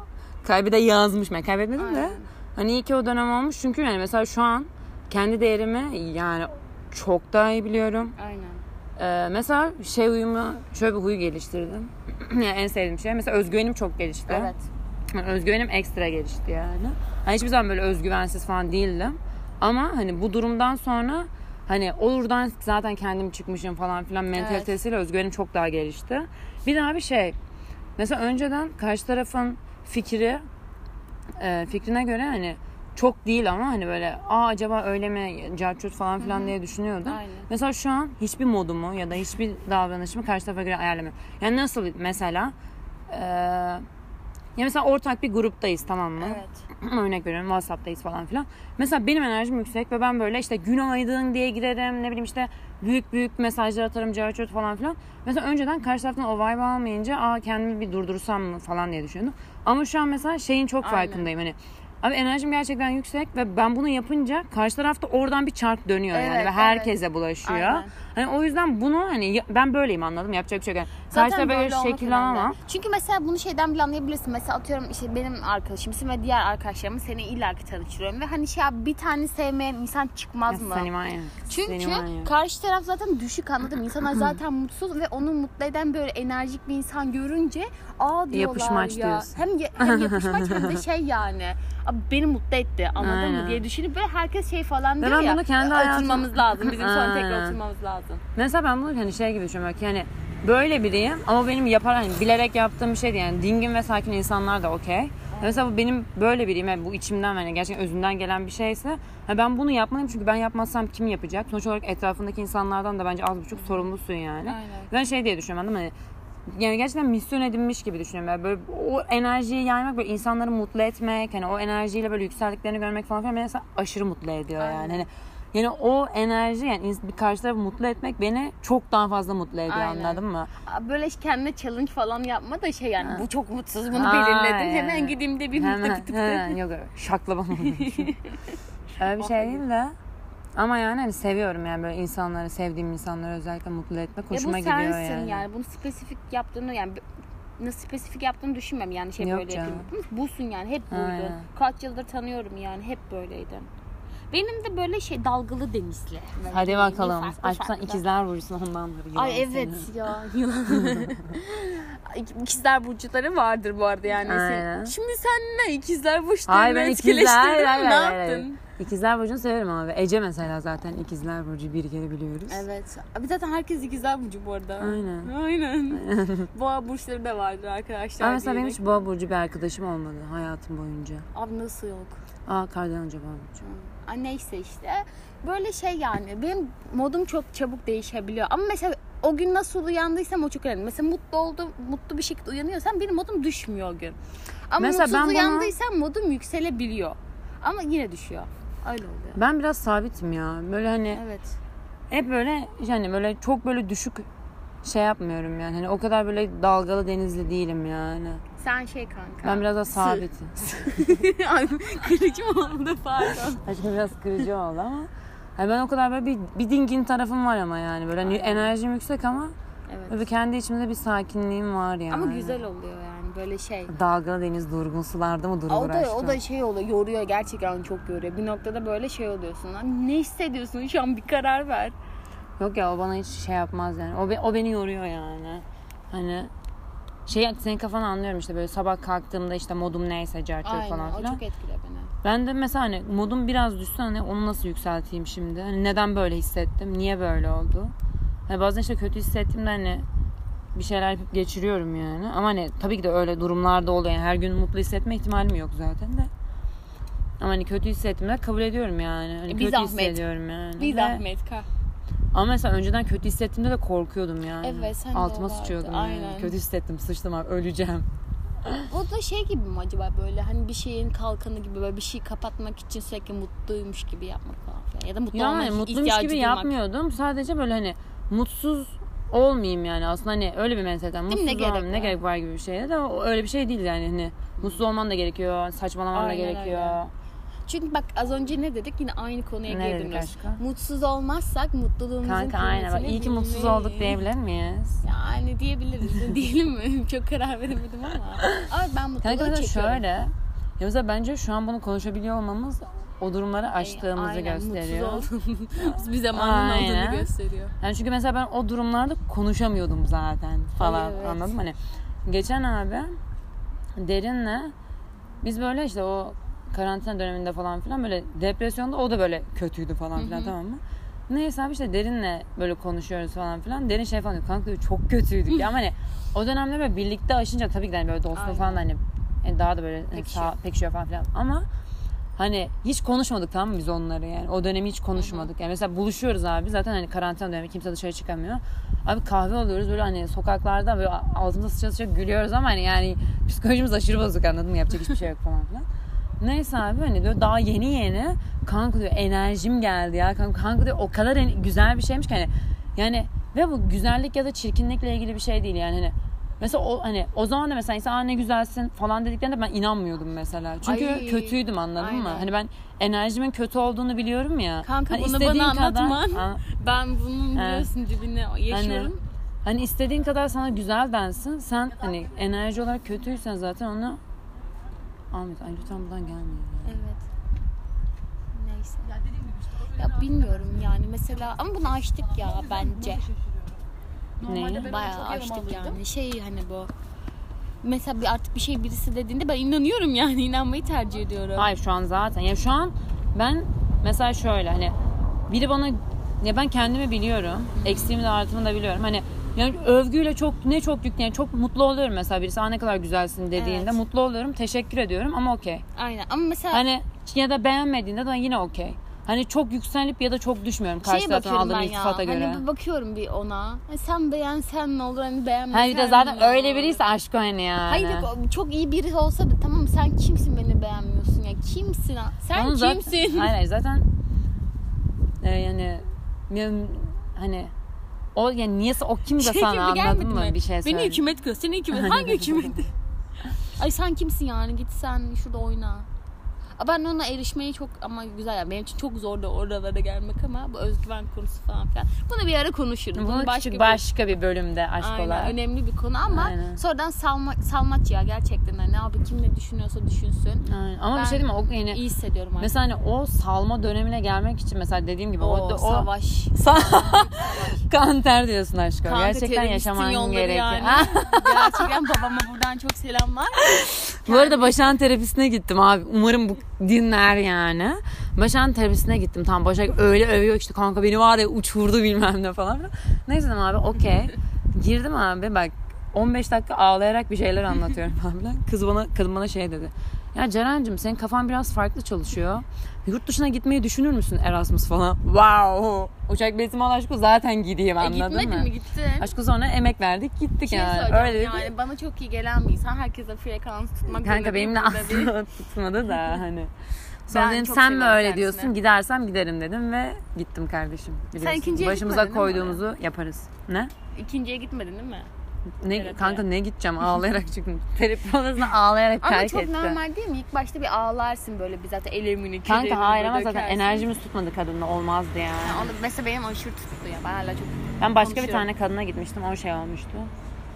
[SPEAKER 1] kaybede yazmış ben kaybetmedim de.
[SPEAKER 2] Aynen.
[SPEAKER 1] Hani iyi ki o dönem olmuş çünkü yani mesela şu an kendi değerimi yani çok daha iyi biliyorum.
[SPEAKER 2] Aynen.
[SPEAKER 1] Ee, mesela şey uyumu şöyle bir huyu geliştirdim. *clears throat* yani en sevdiğim şey. Mesela özgüvenim çok gelişti.
[SPEAKER 2] Evet.
[SPEAKER 1] Yani özgüvenim ekstra gelişti yani. Hani hiçbir zaman böyle özgüvensiz falan değildim. Ama hani bu durumdan sonra hani olurdan zaten kendim çıkmışım falan filan mentalitesiyle özgüvenim çok daha gelişti. Bir daha bir şey. Mesela önceden karşı tarafın fikri e, fikrine göre hani çok değil ama hani böyle aa acaba öyle mi carçurt falan filan diye düşünüyordum.
[SPEAKER 2] Aynen.
[SPEAKER 1] Mesela şu an hiçbir modumu ya da hiçbir davranışımı karşı tarafa göre ayarlamıyorum. Yani nasıl mesela e, ya mesela ortak bir gruptayız tamam mı?
[SPEAKER 2] Evet.
[SPEAKER 1] Örnek veriyorum WhatsApp'tayız falan filan. Mesela benim enerjim yüksek ve ben böyle işte günaydın diye girerim ne bileyim işte büyük büyük mesajlar atarım cevap falan filan. Mesela önceden karşı taraftan o vibe almayınca aa kendimi bir durdursam mı falan diye düşünüyordum. Ama şu an mesela şeyin çok
[SPEAKER 2] Aynen.
[SPEAKER 1] farkındayım hani. Abi enerjim gerçekten yüksek ve ben bunu yapınca karşı tarafta oradan bir çark dönüyor yani
[SPEAKER 2] Evet,
[SPEAKER 1] ve
[SPEAKER 2] evet.
[SPEAKER 1] herkese bulaşıyor.
[SPEAKER 2] Aynen.
[SPEAKER 1] Hani o yüzden bunu hani ya- ben böyleyim anladım yapacak bir şey yok. Yani karşı
[SPEAKER 2] Zaten
[SPEAKER 1] tarafa
[SPEAKER 2] böyle
[SPEAKER 1] göre
[SPEAKER 2] olmak
[SPEAKER 1] şekil
[SPEAKER 2] önemli.
[SPEAKER 1] alamam.
[SPEAKER 2] Çünkü mesela bunu şeyden bile anlayabilirsin. Mesela atıyorum işte benim arkadaşımsın ve diğer arkadaşlarımı seni illaki tanıştırıyorum. Ve hani şey abi, bir tane sevmeyen insan çıkmaz mı?
[SPEAKER 1] Seni manyak.
[SPEAKER 2] Çünkü
[SPEAKER 1] Seni manyak.
[SPEAKER 2] karşı taraf zaten düşük
[SPEAKER 1] *clears throat*
[SPEAKER 2] anladım. İnsanlar zaten mutsuz ve onu mutlu eden böyle enerjik bir insan görünce aa diyorlar
[SPEAKER 1] Yapışmaç
[SPEAKER 2] ya.
[SPEAKER 1] diyorsun.
[SPEAKER 2] Hem, ye-
[SPEAKER 1] *laughs*
[SPEAKER 2] hem yapışmaç hem de şey yani. "Abi Beni mutlu etti anladın mı
[SPEAKER 1] Aynen.
[SPEAKER 2] diye düşünüp böyle herkes şey falan diyor
[SPEAKER 1] ben
[SPEAKER 2] ya.
[SPEAKER 1] bunu kendi hayatım-
[SPEAKER 2] oturmamız lazım.
[SPEAKER 1] *laughs*
[SPEAKER 2] Bizim sonra tekrar
[SPEAKER 1] Aynen.
[SPEAKER 2] oturmamız lazım.
[SPEAKER 1] Mesela ben bunu hani şey gibi düşünüyorum. Yani böyle biriyim ama benim yapar hani bilerek yaptığım bir şey değil. Yani dingin ve sakin insanlar da okey. Yani Mesela bu benim böyle biriyim. Yani bu içimden yani gerçekten özümden gelen bir şeyse ha ben bunu yapmalıyım çünkü ben yapmazsam kim yapacak? Sonuç olarak etrafındaki insanlardan da bence az buçuk sorumlusun yani.
[SPEAKER 2] Aynen.
[SPEAKER 1] Ben şey diye düşünüyorum anladın mı? Hani yani gerçekten misyon edinmiş gibi düşünüyorum. Yani böyle o enerjiyi yaymak, böyle insanları mutlu etmek, hani o enerjiyle böyle yükseldiklerini görmek falan filan beni mesela aşırı mutlu ediyor yani.
[SPEAKER 2] Aynen.
[SPEAKER 1] Hani yani o enerji yani ins- bir karşı tarafı mutlu etmek beni çok daha fazla mutlu ediyor
[SPEAKER 2] Aynen.
[SPEAKER 1] anladın mı?
[SPEAKER 2] Aa, Böyle şey, kendine challenge falan yapma da şey yani bu çok mutsuz bunu
[SPEAKER 1] Aa,
[SPEAKER 2] belirledim.
[SPEAKER 1] yani.
[SPEAKER 2] Hemen gideyim de bir mutlu
[SPEAKER 1] Hemen,
[SPEAKER 2] kütük
[SPEAKER 1] hemen yok yok şaklama
[SPEAKER 2] *laughs*
[SPEAKER 1] Öyle bir şey değil de ama yani hani seviyorum yani böyle insanları sevdiğim insanları özellikle mutlu etmek
[SPEAKER 2] Ya bu
[SPEAKER 1] hoşuma
[SPEAKER 2] sensin
[SPEAKER 1] gidiyor
[SPEAKER 2] yani.
[SPEAKER 1] yani.
[SPEAKER 2] Bunu spesifik yaptığını yani b- nasıl spesifik yaptığını düşünmem yani şey
[SPEAKER 1] Yok
[SPEAKER 2] böyle
[SPEAKER 1] canım.
[SPEAKER 2] yapayım. yapayım. Busun yani hep buydu.
[SPEAKER 1] Aynen.
[SPEAKER 2] Kaç yıldır tanıyorum yani hep böyleydim. Benim de böyle şey dalgalı denizli. Böyle
[SPEAKER 1] Hadi
[SPEAKER 2] yeni,
[SPEAKER 1] bakalım.
[SPEAKER 2] farklı,
[SPEAKER 1] Aşkım sen
[SPEAKER 2] farklı.
[SPEAKER 1] ikizler burcusun ondandır. yılan
[SPEAKER 2] Ay evet
[SPEAKER 1] seni. *laughs*
[SPEAKER 2] ya. yılan. Ay, İkizler burçları vardır bu arada yani. Sen-
[SPEAKER 1] Aynen.
[SPEAKER 2] Şimdi sen ne ikizler
[SPEAKER 1] Hayır
[SPEAKER 2] burçlarını
[SPEAKER 1] ben ikizler.
[SPEAKER 2] etkileştirdin
[SPEAKER 1] Hayır,
[SPEAKER 2] mi?
[SPEAKER 1] hayır,
[SPEAKER 2] Ne
[SPEAKER 1] hayır, hayır.
[SPEAKER 2] yaptın?
[SPEAKER 1] İkizler burcunu severim abi. Ece mesela zaten ikizler burcu bir kere biliyoruz.
[SPEAKER 2] Evet. Abi zaten herkes ikizler burcu bu arada.
[SPEAKER 1] Aynen.
[SPEAKER 2] Aynen. Boğa burçları da vardır arkadaşlar.
[SPEAKER 1] Ama mesela benim
[SPEAKER 2] diyerek.
[SPEAKER 1] hiç boğa burcu bir arkadaşım olmadı hayatım boyunca.
[SPEAKER 2] Abi nasıl yok?
[SPEAKER 1] Aa kardan önce boğa burcu.
[SPEAKER 2] Aa, neyse işte. Böyle şey yani benim modum çok çabuk değişebiliyor. Ama mesela o gün nasıl uyandıysam o çok önemli. Mesela mutlu oldum, mutlu bir şekilde uyanıyorsam benim modum düşmüyor o gün. Ama
[SPEAKER 1] Mesela
[SPEAKER 2] mutsuz
[SPEAKER 1] ben buna-
[SPEAKER 2] uyandıysam modum yükselebiliyor. Ama yine düşüyor. Öyle oluyor.
[SPEAKER 1] Ben biraz sabitim ya. Böyle hani
[SPEAKER 2] Evet.
[SPEAKER 1] hep böyle yani böyle çok böyle düşük şey yapmıyorum yani. Hani o kadar böyle dalgalı denizli değilim yani.
[SPEAKER 2] Sen şey kanka. *laughs*
[SPEAKER 1] Ben biraz daha sabitim. *laughs*
[SPEAKER 2] Ay, Kırıcı mı oldu pardon.
[SPEAKER 1] Aşkım biraz kırıcı oldu ama. Hani ben o kadar böyle bir, bir dingin tarafım var ama yani. Böyle hani enerjim yüksek ama
[SPEAKER 2] Evet.
[SPEAKER 1] böyle kendi içimde bir sakinliğim var yani.
[SPEAKER 2] Ama güzel oluyor yani böyle şey.
[SPEAKER 1] Dalgalı deniz durgun sularda mı durulur
[SPEAKER 2] O da,
[SPEAKER 1] aşkım?
[SPEAKER 2] o da şey oluyor yoruyor gerçekten çok yoruyor. Bir noktada böyle şey oluyorsun lan ne hissediyorsun şu an bir karar ver.
[SPEAKER 1] Yok ya o bana hiç şey yapmaz yani. O, be- o beni yoruyor yani. Hani şey senin kafanı anlıyorum işte böyle sabah kalktığımda işte modum neyse cartıyor
[SPEAKER 2] Aynen
[SPEAKER 1] falan
[SPEAKER 2] o
[SPEAKER 1] filan.
[SPEAKER 2] çok etkiliyor beni.
[SPEAKER 1] Ben de mesela hani modum biraz düşse hani onu nasıl yükselteyim şimdi? Hani neden böyle hissettim? Niye böyle oldu? Hani bazen işte kötü hissettiğimde hani bir şeyler yapıp geçiriyorum yani. Ama hani tabii ki de öyle durumlarda oluyor. Yani her gün mutlu hissetme ihtimalim yok zaten de. Ama hani kötü hissettiğimde kabul ediyorum yani. Hani
[SPEAKER 2] E, bir
[SPEAKER 1] kötü
[SPEAKER 2] zahmet.
[SPEAKER 1] hissediyorum yani.
[SPEAKER 2] Bir
[SPEAKER 1] Ve-
[SPEAKER 2] zahmet ka.
[SPEAKER 1] Ama mesela önceden kötü hissettiğimde de korkuyordum yani.
[SPEAKER 2] Evet, sen de
[SPEAKER 1] Altıma
[SPEAKER 2] o vardı.
[SPEAKER 1] sıçıyordum yani.
[SPEAKER 2] Aynen.
[SPEAKER 1] Kötü hissettim, sıçtım abi, öleceğim.
[SPEAKER 2] O da şey gibi mi acaba böyle hani bir şeyin kalkanı gibi böyle bir şey kapatmak için sürekli mutluymuş gibi yapmak falan filan. Ya da mutlu
[SPEAKER 1] Yani
[SPEAKER 2] olmak
[SPEAKER 1] mutluymuş
[SPEAKER 2] ihtiyacı
[SPEAKER 1] gibi
[SPEAKER 2] duymak.
[SPEAKER 1] yapmıyordum. Sadece böyle hani mutsuz olmayayım yani aslında hani öyle bir mentalden
[SPEAKER 2] mi? Ne
[SPEAKER 1] mutsuz ne
[SPEAKER 2] gerek
[SPEAKER 1] gerek, ne
[SPEAKER 2] var?
[SPEAKER 1] gerek var gibi bir şeydi de o öyle bir şey değil yani hani mutsuz olman da gerekiyor saçmalaman da
[SPEAKER 2] Aynen
[SPEAKER 1] gerekiyor.
[SPEAKER 2] öyle. Çünkü bak az önce ne dedik yine aynı konuya
[SPEAKER 1] Ne
[SPEAKER 2] geri
[SPEAKER 1] dedik
[SPEAKER 2] dönüyoruz.
[SPEAKER 1] aşkım?
[SPEAKER 2] Mutsuz olmazsak mutluluğumuzun
[SPEAKER 1] Kanka aynen bak
[SPEAKER 2] kıymetini
[SPEAKER 1] iyi ki mutsuz olduk
[SPEAKER 2] bilmeyiz.
[SPEAKER 1] diyebilir miyiz?
[SPEAKER 2] Yani diyebiliriz. *laughs* Diyelim mi? Çok karar veremedim ama. Ama ben mutluluğu
[SPEAKER 1] Kanka mesela
[SPEAKER 2] çekiyorum.
[SPEAKER 1] şöyle ya mesela bence şu an bunu konuşabiliyor olmamız o durumları aştığımızı
[SPEAKER 2] Aynen,
[SPEAKER 1] gösteriyor.
[SPEAKER 2] Mutsuz olduğumuz *laughs* bir zamanın
[SPEAKER 1] Aynen.
[SPEAKER 2] olduğunu gösteriyor.
[SPEAKER 1] Yani çünkü mesela ben o durumlarda konuşamıyordum zaten falan
[SPEAKER 2] Ay, evet.
[SPEAKER 1] anladın mı? Hani geçen abi derinle biz böyle işte o karantina döneminde falan filan böyle depresyonda o da böyle kötüydü falan filan tamam mı? Neyse abi işte derinle böyle konuşuyoruz falan filan. Derin şey falan diyor kanka diyor, çok
[SPEAKER 2] *laughs*
[SPEAKER 1] kötüydük ya ama hani o dönemde böyle birlikte aşınca tabii ki de hani böyle dostluğu falan da hani yani daha da böyle hani
[SPEAKER 2] Pekişiyor.
[SPEAKER 1] sağ- pekişiyor falan filan ama Hani hiç konuşmadık tamam mı biz onları yani. O dönemi hiç konuşmadık. Yani mesela buluşuyoruz abi. Zaten hani karantina dönemi kimse dışarı çıkamıyor. Abi kahve alıyoruz böyle hani sokaklarda böyle altımıza sıçra sıçra gülüyoruz ama hani yani psikolojimiz aşırı bozuk anladın mı? Yapacak hiçbir şey yok falan filan. Neyse abi hani diyor daha yeni yeni kanka diyor enerjim geldi ya kanka, kanka diyor o kadar en- güzel bir şeymiş ki hani yani ve bu güzellik ya da çirkinlikle ilgili bir şey değil yani hani mesela o hani o zaman da mesela insan "Aa, ne güzelsin falan dediklerinde ben inanmıyordum mesela çünkü
[SPEAKER 2] Ay.
[SPEAKER 1] kötüydüm anladın mı
[SPEAKER 2] Aynen.
[SPEAKER 1] hani ben enerjimin kötü olduğunu biliyorum ya
[SPEAKER 2] Kanka
[SPEAKER 1] hani
[SPEAKER 2] bunu
[SPEAKER 1] istediğin
[SPEAKER 2] bana
[SPEAKER 1] kadar- *laughs*
[SPEAKER 2] anlatma.
[SPEAKER 1] Ha,
[SPEAKER 2] Ben bunun
[SPEAKER 1] He.
[SPEAKER 2] biliyorsun dibine yaşıyorum.
[SPEAKER 1] hani istediğin kadar sana güzel densin sen hani enerji olarak kötüysen zaten onu Ahmet ay lütfen buradan gelmeyin ya.
[SPEAKER 2] Evet. Neyse. Ya bilmiyorum yani mesela ama bunu açtık ya bence.
[SPEAKER 1] Neyi?
[SPEAKER 3] ben onu
[SPEAKER 2] Bayağı
[SPEAKER 3] çok
[SPEAKER 2] açtık
[SPEAKER 3] yanılmalıydım.
[SPEAKER 2] yani. Şey hani bu. Mesela bir artık bir şey birisi dediğinde ben inanıyorum yani inanmayı tercih ediyorum.
[SPEAKER 1] Hayır şu an zaten. Ya şu an ben mesela şöyle hani biri bana ya ben kendimi biliyorum. Eksiğimi de artımı da biliyorum. Hani yani övgüyle çok ne çok yük yani çok mutlu oluyorum mesela birisi "Aa, ne kadar güzelsin dediğinde
[SPEAKER 2] Evet.
[SPEAKER 1] mutlu oluyorum. Teşekkür ediyorum ama okey.
[SPEAKER 2] Aynen ama mesela
[SPEAKER 1] Hani ya da beğenmediğinde de yine okey. Hani çok yükselip ya da çok düşmüyorum karşı
[SPEAKER 2] Şeye
[SPEAKER 1] taraftan
[SPEAKER 2] bakıyorum
[SPEAKER 1] aldığım
[SPEAKER 2] ben ya.
[SPEAKER 1] iltifata göre.
[SPEAKER 2] Hani bir bakıyorum bir ona. Hani sen beğensen ne olur hani beğenmesen
[SPEAKER 1] Hani bir de zaten
[SPEAKER 2] ne olur?
[SPEAKER 1] öyle biriyse aşk o hani yani.
[SPEAKER 2] Hayır yok, çok iyi biri olsa da tamam sen kimsin beni beğenmiyorsun ya kimsin ha? sen
[SPEAKER 1] Onu zaten-
[SPEAKER 2] kimsin
[SPEAKER 1] Hayır hayır, zaten e, yani bilmiyorum, hani o yani niyesi o kim de
[SPEAKER 2] *laughs*
[SPEAKER 3] Şey
[SPEAKER 1] sana
[SPEAKER 3] gibi
[SPEAKER 1] anladın
[SPEAKER 3] gelmedi
[SPEAKER 1] mı
[SPEAKER 3] mi?
[SPEAKER 1] bir şey söyle.
[SPEAKER 3] Beni hükümet gör. Seni
[SPEAKER 1] *laughs*
[SPEAKER 3] hükümet. Hangi hükümet?
[SPEAKER 2] ay sen kimsin yani git sen şurada oyna Aa, ben ona erişmeyi çok ama güzel ya benim için çok zor da oralara gelmek ama bu özgüven konusu falan filan bunu bir ara konuşuruz
[SPEAKER 1] Bunu
[SPEAKER 2] Bunu
[SPEAKER 1] başka,
[SPEAKER 2] başka
[SPEAKER 1] küçük,
[SPEAKER 2] bir-
[SPEAKER 1] başka bir bölümde aşk
[SPEAKER 2] Aynen,
[SPEAKER 1] olarak.
[SPEAKER 2] önemli bir konu ama
[SPEAKER 1] Aynen.
[SPEAKER 2] sonradan salma, salmaç ya gerçekten hani abi kim ne düşünüyorsa düşünsün
[SPEAKER 1] Aynen. Ama
[SPEAKER 2] Ben
[SPEAKER 1] bir şey değil mi? O yani
[SPEAKER 2] iyi hissediyorum artık.
[SPEAKER 1] mesela hani o salma dönemine gelmek için mesela dediğim gibi o,
[SPEAKER 2] Oo,
[SPEAKER 1] o
[SPEAKER 2] savaş
[SPEAKER 1] *laughs* Sa- kan ter diyorsun aşkım.
[SPEAKER 2] Kanka
[SPEAKER 1] Gerçekten
[SPEAKER 2] teröristin
[SPEAKER 1] yaşaman
[SPEAKER 2] yolları
[SPEAKER 1] gerekiyor. *laughs*
[SPEAKER 2] yani. Gerçekten babama buradan çok selamlar.
[SPEAKER 1] Bu arada Başak'ın terapisine gittim abi. Umarım bu dinler yani. Başak'ın terapisine gittim. Tam Başak öyle övüyor işte kanka beni var ya uçurdu bilmem ne falan filan. Neyse dedim abi okey. Girdim abi bak 15 dakika ağlayarak bir şeyler anlatıyorum falan filan. Kız bana, kadın bana şey dedi. Ya Ceren'cim senin kafan biraz farklı çalışıyor. Yurt dışına gitmeyi düşünür müsün Erasmus falan? Wow. Uçak biletimi al aşkım zaten gideyim
[SPEAKER 2] E,
[SPEAKER 1] anladın
[SPEAKER 2] gitmedi
[SPEAKER 1] mı?
[SPEAKER 2] mi gitti?
[SPEAKER 1] Aşkı sonra emek verdik gittik
[SPEAKER 2] Şey
[SPEAKER 1] yani.
[SPEAKER 2] söyleyeceğim
[SPEAKER 1] Öyle
[SPEAKER 2] yani
[SPEAKER 1] yani.
[SPEAKER 2] bana çok iyi gelen bir insan herkese frekans tutmak
[SPEAKER 1] Kanka
[SPEAKER 2] zorunda değil,
[SPEAKER 1] benimle
[SPEAKER 2] burada değil.
[SPEAKER 1] asla *laughs* tutmadı da hani. Sonra
[SPEAKER 2] Ben
[SPEAKER 1] dedim
[SPEAKER 2] çok
[SPEAKER 1] sen mi
[SPEAKER 2] seviyorum
[SPEAKER 1] öyle
[SPEAKER 2] kendisini."
[SPEAKER 1] diyorsun gidersem giderim dedim ve gittim kardeşim. Biliyorsun.
[SPEAKER 2] ikinciye
[SPEAKER 1] Başımıza
[SPEAKER 2] gitmedin değil mi
[SPEAKER 1] koyduğumuzu yaparız. Ne?
[SPEAKER 2] İkinciye gitmedin değil mi?
[SPEAKER 1] Ne
[SPEAKER 2] Terapiye.
[SPEAKER 1] kanka ne
[SPEAKER 2] *laughs*
[SPEAKER 1] gideceğim ağlayarak çıktım. Terapi odasına ağlayarak
[SPEAKER 2] Ama
[SPEAKER 1] terk
[SPEAKER 2] çok
[SPEAKER 1] etti.
[SPEAKER 2] normal değil mi? İlk başta bir ağlarsın böyle bir zaten elemini kederini
[SPEAKER 1] Kanka hayır ama
[SPEAKER 2] böyle
[SPEAKER 1] zaten
[SPEAKER 2] dökersin.
[SPEAKER 1] enerjimiz tutmadı kadınla olmazdı yani.
[SPEAKER 2] Yani onu- mesela benim aşırı tuttu ya. Ben hala çok
[SPEAKER 1] Ben başka bir
[SPEAKER 2] konuşuyorum.
[SPEAKER 1] tane kadına gitmiştim o şey olmuştu.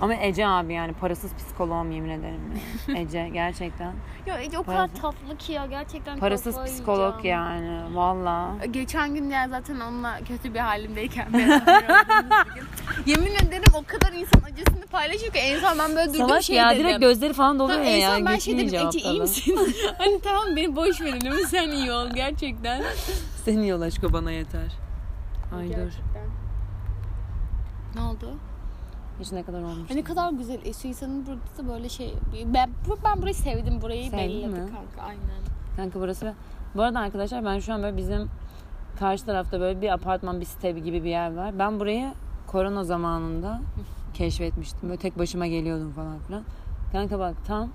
[SPEAKER 1] Ama Ece abi yani parasız psikoloğum yemin
[SPEAKER 2] *laughs*
[SPEAKER 1] ederim. ya. Ece gerçekten.
[SPEAKER 2] Ya Ece o kadar
[SPEAKER 1] Parasız-
[SPEAKER 2] tatlı ki ya gerçekten
[SPEAKER 1] Parasız
[SPEAKER 2] kafayı
[SPEAKER 1] psikolog
[SPEAKER 2] yiyeceğim.
[SPEAKER 1] yani valla.
[SPEAKER 2] Geçen gün ya zaten onunla kötü bir halimdeyken beraber olduğumuz bir gün.
[SPEAKER 1] *laughs*
[SPEAKER 2] Yemin ederim o kadar insan acısını paylaşıyor ki en son ben böyle durdum
[SPEAKER 1] Salak
[SPEAKER 2] şey
[SPEAKER 1] ya
[SPEAKER 2] dedim.
[SPEAKER 1] direkt gözleri falan doluyor
[SPEAKER 2] Tamam,
[SPEAKER 1] ya.
[SPEAKER 2] en son ben şey
[SPEAKER 1] Geçmeyince
[SPEAKER 2] dedim Ece
[SPEAKER 1] aptalım.
[SPEAKER 2] iyi misin? *laughs* hani tamam beni boş verin değil mi? *laughs* Sen iyi ol gerçekten.
[SPEAKER 1] *laughs* Senin yol aşkı bana yeter. Ay dur.
[SPEAKER 2] Gerçekten. Ne oldu?
[SPEAKER 1] Hiç ne kadar olmuş.
[SPEAKER 2] Ay ne kadar güzel. E, Suisa'nın burası böyle şey. Ben, bu- ben burayı sevdim. Burayı
[SPEAKER 1] Sevdin
[SPEAKER 2] belirledik
[SPEAKER 1] mi?
[SPEAKER 2] kanka. Aynen.
[SPEAKER 1] Kanka burası. Bu arada arkadaşlar ben şu an böyle bizim karşı tarafta böyle bir apartman bir site gibi bir yer var. Ben burayı korona zamanında keşfetmiştim. Böyle tek başıma geliyordum falan filan. Kanka bak tam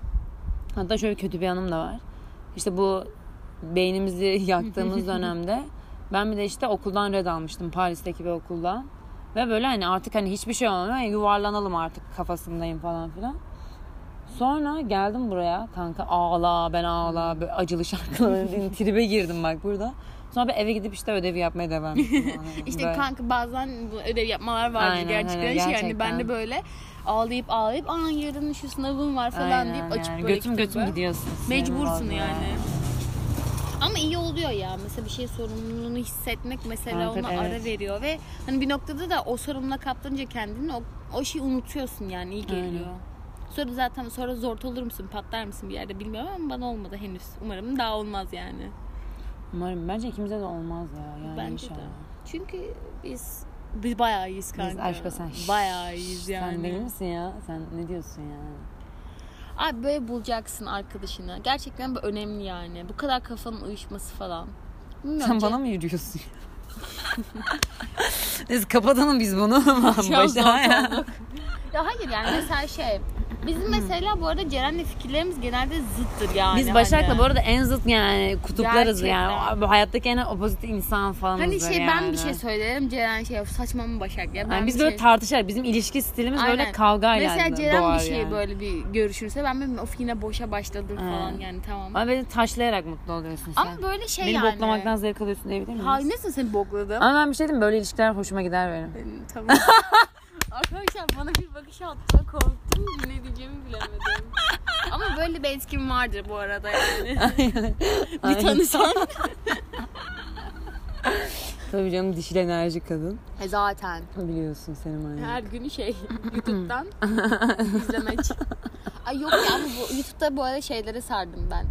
[SPEAKER 1] hatta şöyle kötü bir anım da var. İşte bu beynimizi *laughs* yaktığımız dönemde ben bir de işte okuldan red almıştım Paris'teki bir okuldan. Ve böyle hani artık hani hiçbir şey olmuyor. Yuvarlanalım artık kafasındayım falan filan. Sonra geldim buraya kanka ağla ben ağla böyle acılı şarkılar *laughs* dinle tribe girdim bak burada. Sonra bir eve gidip işte ödevi yapmaya devam ettim. Hani
[SPEAKER 2] İşte
[SPEAKER 1] Böyle.
[SPEAKER 2] kanka bazen bu ödev yapmalar vardır
[SPEAKER 1] Aynen,
[SPEAKER 2] gerçekten.
[SPEAKER 1] aynen,
[SPEAKER 2] şey yani
[SPEAKER 1] gerçekten.
[SPEAKER 2] ben de böyle ağlayıp ağlayıp aa yarın şu sınavım var falan
[SPEAKER 1] Aynen
[SPEAKER 2] deyip açıp
[SPEAKER 1] yani.
[SPEAKER 2] böyle
[SPEAKER 1] götüm
[SPEAKER 2] kitabı.
[SPEAKER 1] götüm gidiyorsun.
[SPEAKER 2] Mecbursun
[SPEAKER 1] Vallahi.
[SPEAKER 2] yani. Ama iyi oluyor ya. Mesela bir şey sorumluluğunu hissetmek mesela
[SPEAKER 1] Kanka,
[SPEAKER 2] ona
[SPEAKER 1] evet.
[SPEAKER 2] ara veriyor ve hani bir noktada da o sorumluluğa kaptırınca kendini o, o şeyi unutuyorsun yani iyi geliyor. Sonra zaten sonra zor olur musun, patlar mısın bir yerde bilmiyorum ama bana olmadı henüz. Umarım daha olmaz yani.
[SPEAKER 1] Umarım bence ikimize de olmaz ya yani
[SPEAKER 2] Bence de.
[SPEAKER 1] inşallah.
[SPEAKER 2] Çünkü biz biz bayağı iyiyiz kanka.
[SPEAKER 1] Biz aşka sen.
[SPEAKER 2] Bayağı iyiyiz yani.
[SPEAKER 1] Sen deli misin ya? Sen ne diyorsun ya?
[SPEAKER 2] Abi böyle bulacaksın arkadaşını. Gerçekten bu önemli yani. Bu kadar kafanın uyuşması falan. Bilmiyorum
[SPEAKER 1] Sen
[SPEAKER 2] ki-
[SPEAKER 1] bana mı yürüyorsun? *laughs* Neyse kapatalım biz bunu. *laughs*
[SPEAKER 2] Biraz
[SPEAKER 1] Başa ya.
[SPEAKER 2] Ya hayır yani mesela şey
[SPEAKER 1] Hmm.
[SPEAKER 2] bizim mesela bu arada Ceren'le fikirlerimiz genelde zıttır yani.
[SPEAKER 1] Biz Başak'la
[SPEAKER 2] hani.
[SPEAKER 1] bu arada en zıt yani kutuplarız yani.
[SPEAKER 2] Gerçekten.
[SPEAKER 1] Abi Hayattaki en opozit insan falan.
[SPEAKER 2] Hani şey ben bir şey söylerim Ceren şey saçma mı Başak ya ben
[SPEAKER 1] Yani Hani biz
[SPEAKER 2] bir
[SPEAKER 1] böyle
[SPEAKER 2] şey...
[SPEAKER 1] tartışar. Bizim ilişki stilimiz böyle
[SPEAKER 2] Aynen.
[SPEAKER 1] kavgayla
[SPEAKER 2] Mesela Ceren
[SPEAKER 1] doğar
[SPEAKER 2] bir şey
[SPEAKER 1] yani.
[SPEAKER 2] böyle bir görüşürse ben benim of yine boşa başladım falan
[SPEAKER 1] Aynen.
[SPEAKER 2] yani tamam.
[SPEAKER 1] Ama beni taşlayarak mutlu oluyorsun sen.
[SPEAKER 2] Ama böyle şey
[SPEAKER 1] Beni
[SPEAKER 2] yani.
[SPEAKER 1] boklamaktan zevk alıyorsun diyebilir miyiz?
[SPEAKER 2] Hayır nasıl seni bokladım?
[SPEAKER 1] Ama ben bir şey diyeyim mi? böyle ilişkiler hoşuma gider benim.
[SPEAKER 2] Ben-
[SPEAKER 1] *laughs*
[SPEAKER 2] Tamam. Arkadaşlar bana bir bakış attı korktum ne diyeceğimi *laughs* bilemedim. Ama böyle bir etkim vardır bu arada yani. bir
[SPEAKER 1] Aynen. *laughs*
[SPEAKER 2] tanısan.
[SPEAKER 1] Tabii canım dişil enerji kadın.
[SPEAKER 2] E zaten.
[SPEAKER 1] Biliyorsun senin aynen.
[SPEAKER 2] Her
[SPEAKER 1] *laughs*
[SPEAKER 2] gün şey YouTube'dan izlemek. Ay yok ya ama bu, YouTube'da bu arada şeylere sardım ben.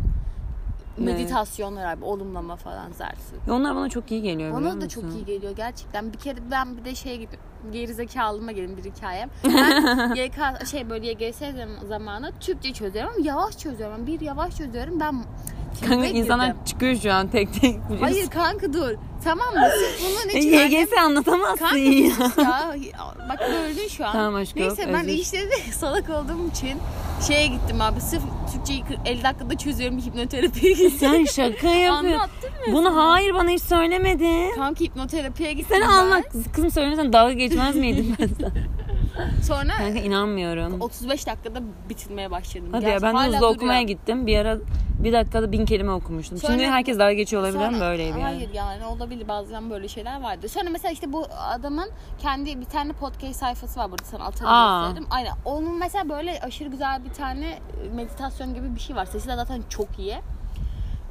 [SPEAKER 1] Ne?
[SPEAKER 2] Meditasyonlar abi, olumlama falan sersin.
[SPEAKER 1] Ve Onlar bana çok iyi geliyor biliyor
[SPEAKER 2] Ona da
[SPEAKER 1] musun?
[SPEAKER 2] çok iyi geliyor gerçekten. Bir kere ben bir de şeye gittim. Gerizekalılığıma gelin bir
[SPEAKER 1] *laughs*
[SPEAKER 2] hikayem. Ben YK, şey böyle YGS zam- zamanı Türkçe çözüyorum ama yavaş çözüyorum. Bir yavaş çözüyorum. Ben
[SPEAKER 1] Kanka
[SPEAKER 2] Tribe girdim.
[SPEAKER 1] insana çıkıyor şu an tek E, tek.
[SPEAKER 2] Hayır kanka dur. Tamam mı? Siz
[SPEAKER 1] *laughs*
[SPEAKER 2] bunun için
[SPEAKER 1] YGS anlatamazsın ya.
[SPEAKER 2] *laughs* ya. Bak böldün şu an.
[SPEAKER 1] Tamam aşkım,
[SPEAKER 2] Neyse ben
[SPEAKER 1] özür.
[SPEAKER 2] işte de *laughs* salak olduğum için şeye gittim abi. Sırf Türkçeyi 50 dakikada çözüyorum hipnoterapiye gittim.
[SPEAKER 1] *laughs* Sen şaka yapıyorsun.
[SPEAKER 2] Anlattım.
[SPEAKER 1] Bunu hayır bana hiç söylemedin.
[SPEAKER 2] Kanka hipnoterapiye gittim
[SPEAKER 1] Sen
[SPEAKER 2] ben.
[SPEAKER 1] anlat. Kızım söylesen dalga geçmez
[SPEAKER 2] *laughs*
[SPEAKER 1] miydim ben sana?
[SPEAKER 2] Sonra
[SPEAKER 1] Kanka inanmıyorum.
[SPEAKER 2] 35 dakikada bitirmeye başladım.
[SPEAKER 1] Hadi ya
[SPEAKER 2] Gerçi
[SPEAKER 1] ben de
[SPEAKER 2] hala
[SPEAKER 1] hızlı
[SPEAKER 2] duruyor.
[SPEAKER 1] okumaya gittim. Bir ara bir dakikada bin kelime okumuştum.
[SPEAKER 2] Sonra-
[SPEAKER 1] Şimdi herkes dalga geçiyor olabilir ama
[SPEAKER 2] Sonra-
[SPEAKER 1] böyleydi yani.
[SPEAKER 2] Hayır yani olabilir bazen böyle şeyler vardı. Sonra mesela işte bu adamın kendi bir tane podcast sayfası var burada sana
[SPEAKER 1] Aa.
[SPEAKER 2] atarım gösteririm. Aynen. Onun mesela böyle aşırı güzel bir tane e, meditasyon gibi bir şey var. Sesi de zaten çok iyi.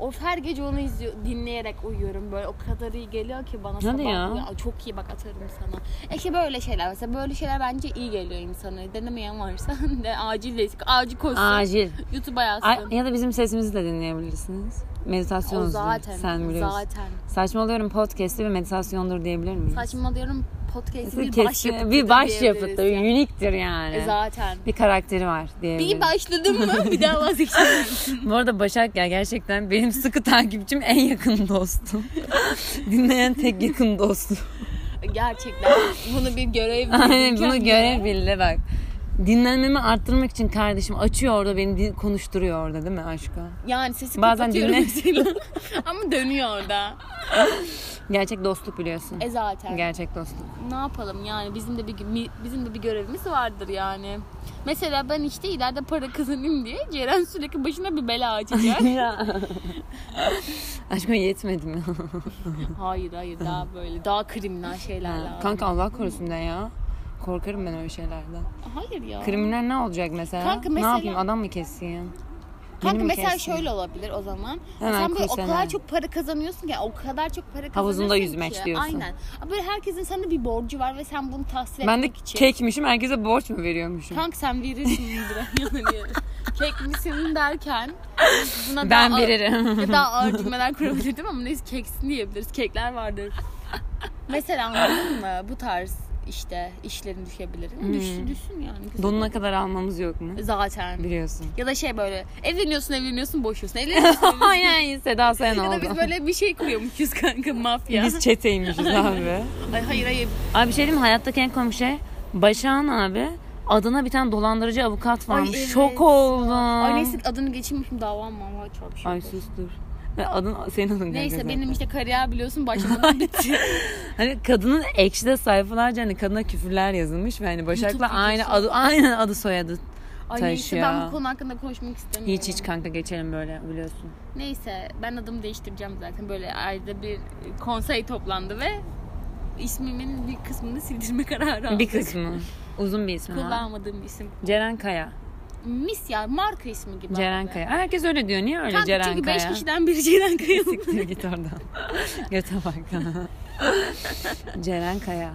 [SPEAKER 2] O her gece onu izliyor, dinleyerek uyuyorum böyle. O kadar iyi geliyor ki bana sabah.
[SPEAKER 1] ya.
[SPEAKER 2] uyan- çok iyi bak atarım sana. E işte böyle şeyler mesela böyle şeyler bence iyi geliyor insana. Denemeyen varsa *laughs* de acil değil. Acil koşsun.
[SPEAKER 1] Acil.
[SPEAKER 2] YouTube'a yazsın.
[SPEAKER 1] Ay- ya da bizim sesimizi de dinleyebilirsiniz.
[SPEAKER 2] o
[SPEAKER 1] Meditasyon
[SPEAKER 2] zaten.
[SPEAKER 1] sen biliyorsun.
[SPEAKER 2] Zaten.
[SPEAKER 1] Saçmalıyorum podcast'i ve meditasyondur diyebilir miyim?
[SPEAKER 2] Saçmalıyorum podcast'i bir
[SPEAKER 1] Kesin-
[SPEAKER 2] başyapıttır
[SPEAKER 1] bir başyapıttır,
[SPEAKER 2] diyebiliriz yani.
[SPEAKER 1] uniktir yani.
[SPEAKER 2] E zaten.
[SPEAKER 1] Bir karakteri var
[SPEAKER 2] Bir
[SPEAKER 1] diyebilirim.
[SPEAKER 2] başladım mı bir daha
[SPEAKER 1] *laughs*
[SPEAKER 2] vazgeçemem.
[SPEAKER 1] Bu arada Başak ya gerçekten benim sıkı takipçim en yakın dostum. *laughs* Dinleyen tek yakın dostum.
[SPEAKER 2] Gerçekten bunu bir görev
[SPEAKER 1] Aynen
[SPEAKER 2] bilirken
[SPEAKER 1] bunu
[SPEAKER 2] bile-
[SPEAKER 1] görebildi bak. Dinlenmemi arttırmak için kardeşim açıyor orada beni din- konuşturuyor orada değil mi aşka?
[SPEAKER 2] Yani sesi
[SPEAKER 1] Bazen
[SPEAKER 2] kapatıyorum
[SPEAKER 1] dinle.
[SPEAKER 2] mesela. *laughs* Ama dönüyor orada.
[SPEAKER 1] Gerçek dostluk biliyorsun.
[SPEAKER 2] E zaten.
[SPEAKER 1] Gerçek dostluk.
[SPEAKER 2] Ne yapalım yani bizim de bir mi- bizim de bir görevimiz vardır yani. Mesela ben işte ileride para kazanayım diye Ceren sürekli başına bir
[SPEAKER 1] *laughs*
[SPEAKER 2] bela açacak.
[SPEAKER 1] Aşkım yetmedi mi?
[SPEAKER 2] hayır hayır daha böyle daha kriminal şeyler lazım.
[SPEAKER 1] *laughs* Kanka Allah korusun da ya. Korkarım ben öyle şeylerden.
[SPEAKER 2] Hayır ya.
[SPEAKER 1] Kriminal ne olacak mesela?
[SPEAKER 2] Kanka
[SPEAKER 1] Ne
[SPEAKER 2] mesela-
[SPEAKER 1] yapayım adam mı keseyim? Beni
[SPEAKER 2] Kanka
[SPEAKER 1] mi
[SPEAKER 2] mesela
[SPEAKER 1] keseyim?
[SPEAKER 2] şöyle olabilir o zaman.
[SPEAKER 1] Hemen
[SPEAKER 2] sen böyle o
[SPEAKER 1] kursana.
[SPEAKER 2] kadar çok para kazanıyorsun ki, o kadar çok para kazanıyorsun
[SPEAKER 1] Havuzunda
[SPEAKER 2] ki.
[SPEAKER 1] yüzmek diyorsun.
[SPEAKER 2] Aynen. Böyle herkesin sende bir borcu var ve sen bunu tahsil
[SPEAKER 1] Ben de
[SPEAKER 2] etmek için.
[SPEAKER 1] kekmişim herkese borç mu veriyormuşum?
[SPEAKER 2] Kanka sen verirsin *laughs* yani. Kek misin derken buna
[SPEAKER 1] ben
[SPEAKER 2] daha ağır-
[SPEAKER 1] veririm. *laughs*
[SPEAKER 2] ya daha ağır cümleler kurabilirdim ama neyse keksin diyebiliriz. Kekler vardır. *laughs* Mesela anladın mı? Bu tarz işte işlerin düşebilir.
[SPEAKER 1] Hmm.
[SPEAKER 2] Düşsün düşsün yani. Güzel.
[SPEAKER 1] Donuna kadar almamız yok mu?
[SPEAKER 2] Zaten. *laughs*
[SPEAKER 1] Biliyorsun.
[SPEAKER 2] Ya da şey böyle evleniyorsun evleniyorsun
[SPEAKER 1] *laughs*
[SPEAKER 2] boşuyorsun. Evleniyorsun evleniyorsun.
[SPEAKER 1] Aynen Seda Sayan
[SPEAKER 2] Ya da
[SPEAKER 1] oldu.
[SPEAKER 2] biz böyle bir şey kuruyormuşuz kanka mafya.
[SPEAKER 1] Biz çeteymişiz abi.
[SPEAKER 2] Ay hayır hayır.
[SPEAKER 1] Abi bir şey diyeyim mi? Hayattaki en komik şey Başak'ın abi adına bir tane dolandırıcı avukat varmış.
[SPEAKER 2] Ay evet
[SPEAKER 1] Şok
[SPEAKER 2] ya.
[SPEAKER 1] oldum.
[SPEAKER 2] Ay neyse adını geçirmişim davam var. Vay çok şey.
[SPEAKER 1] Ay sus dur. Ve adın senin adın kanka
[SPEAKER 2] Neyse
[SPEAKER 1] zaten.
[SPEAKER 2] benim işte kariyer biliyorsun başlamadan bitti.
[SPEAKER 1] Hani kadının ekşide sayfalarca hani kadına küfürler yazılmış ve hani Başak'la
[SPEAKER 2] videosu.
[SPEAKER 1] aynı adı aynen adı soyadı.
[SPEAKER 2] Ay
[SPEAKER 1] Taş
[SPEAKER 2] neyse
[SPEAKER 1] ya.
[SPEAKER 2] ben bu konu hakkında konuşmak istemiyorum.
[SPEAKER 1] Hiç hiç kanka geçelim böyle biliyorsun.
[SPEAKER 2] Neyse ben adımı değiştireceğim zaten. Böyle ayda bir konsey toplandı ve ismimin bir kısmını sildirme *laughs* kararı aldım.
[SPEAKER 1] Bir kısmı. Uzun bir isim var.
[SPEAKER 2] Kullanmadığım bir isim.
[SPEAKER 1] Ceren Kaya.
[SPEAKER 2] Mis ya marka ismi gibi.
[SPEAKER 1] Ceren
[SPEAKER 2] abi.
[SPEAKER 1] Kaya. Herkes öyle diyor. Niye öyle
[SPEAKER 2] Kanka
[SPEAKER 1] Ceren
[SPEAKER 2] çünkü
[SPEAKER 1] Kaya?
[SPEAKER 2] 5 kişiden biri
[SPEAKER 1] *laughs*
[SPEAKER 2] Ceren Kaya.
[SPEAKER 1] Siktir git oradan. Göte
[SPEAKER 2] *laughs*
[SPEAKER 1] bak. Ceren Kaya.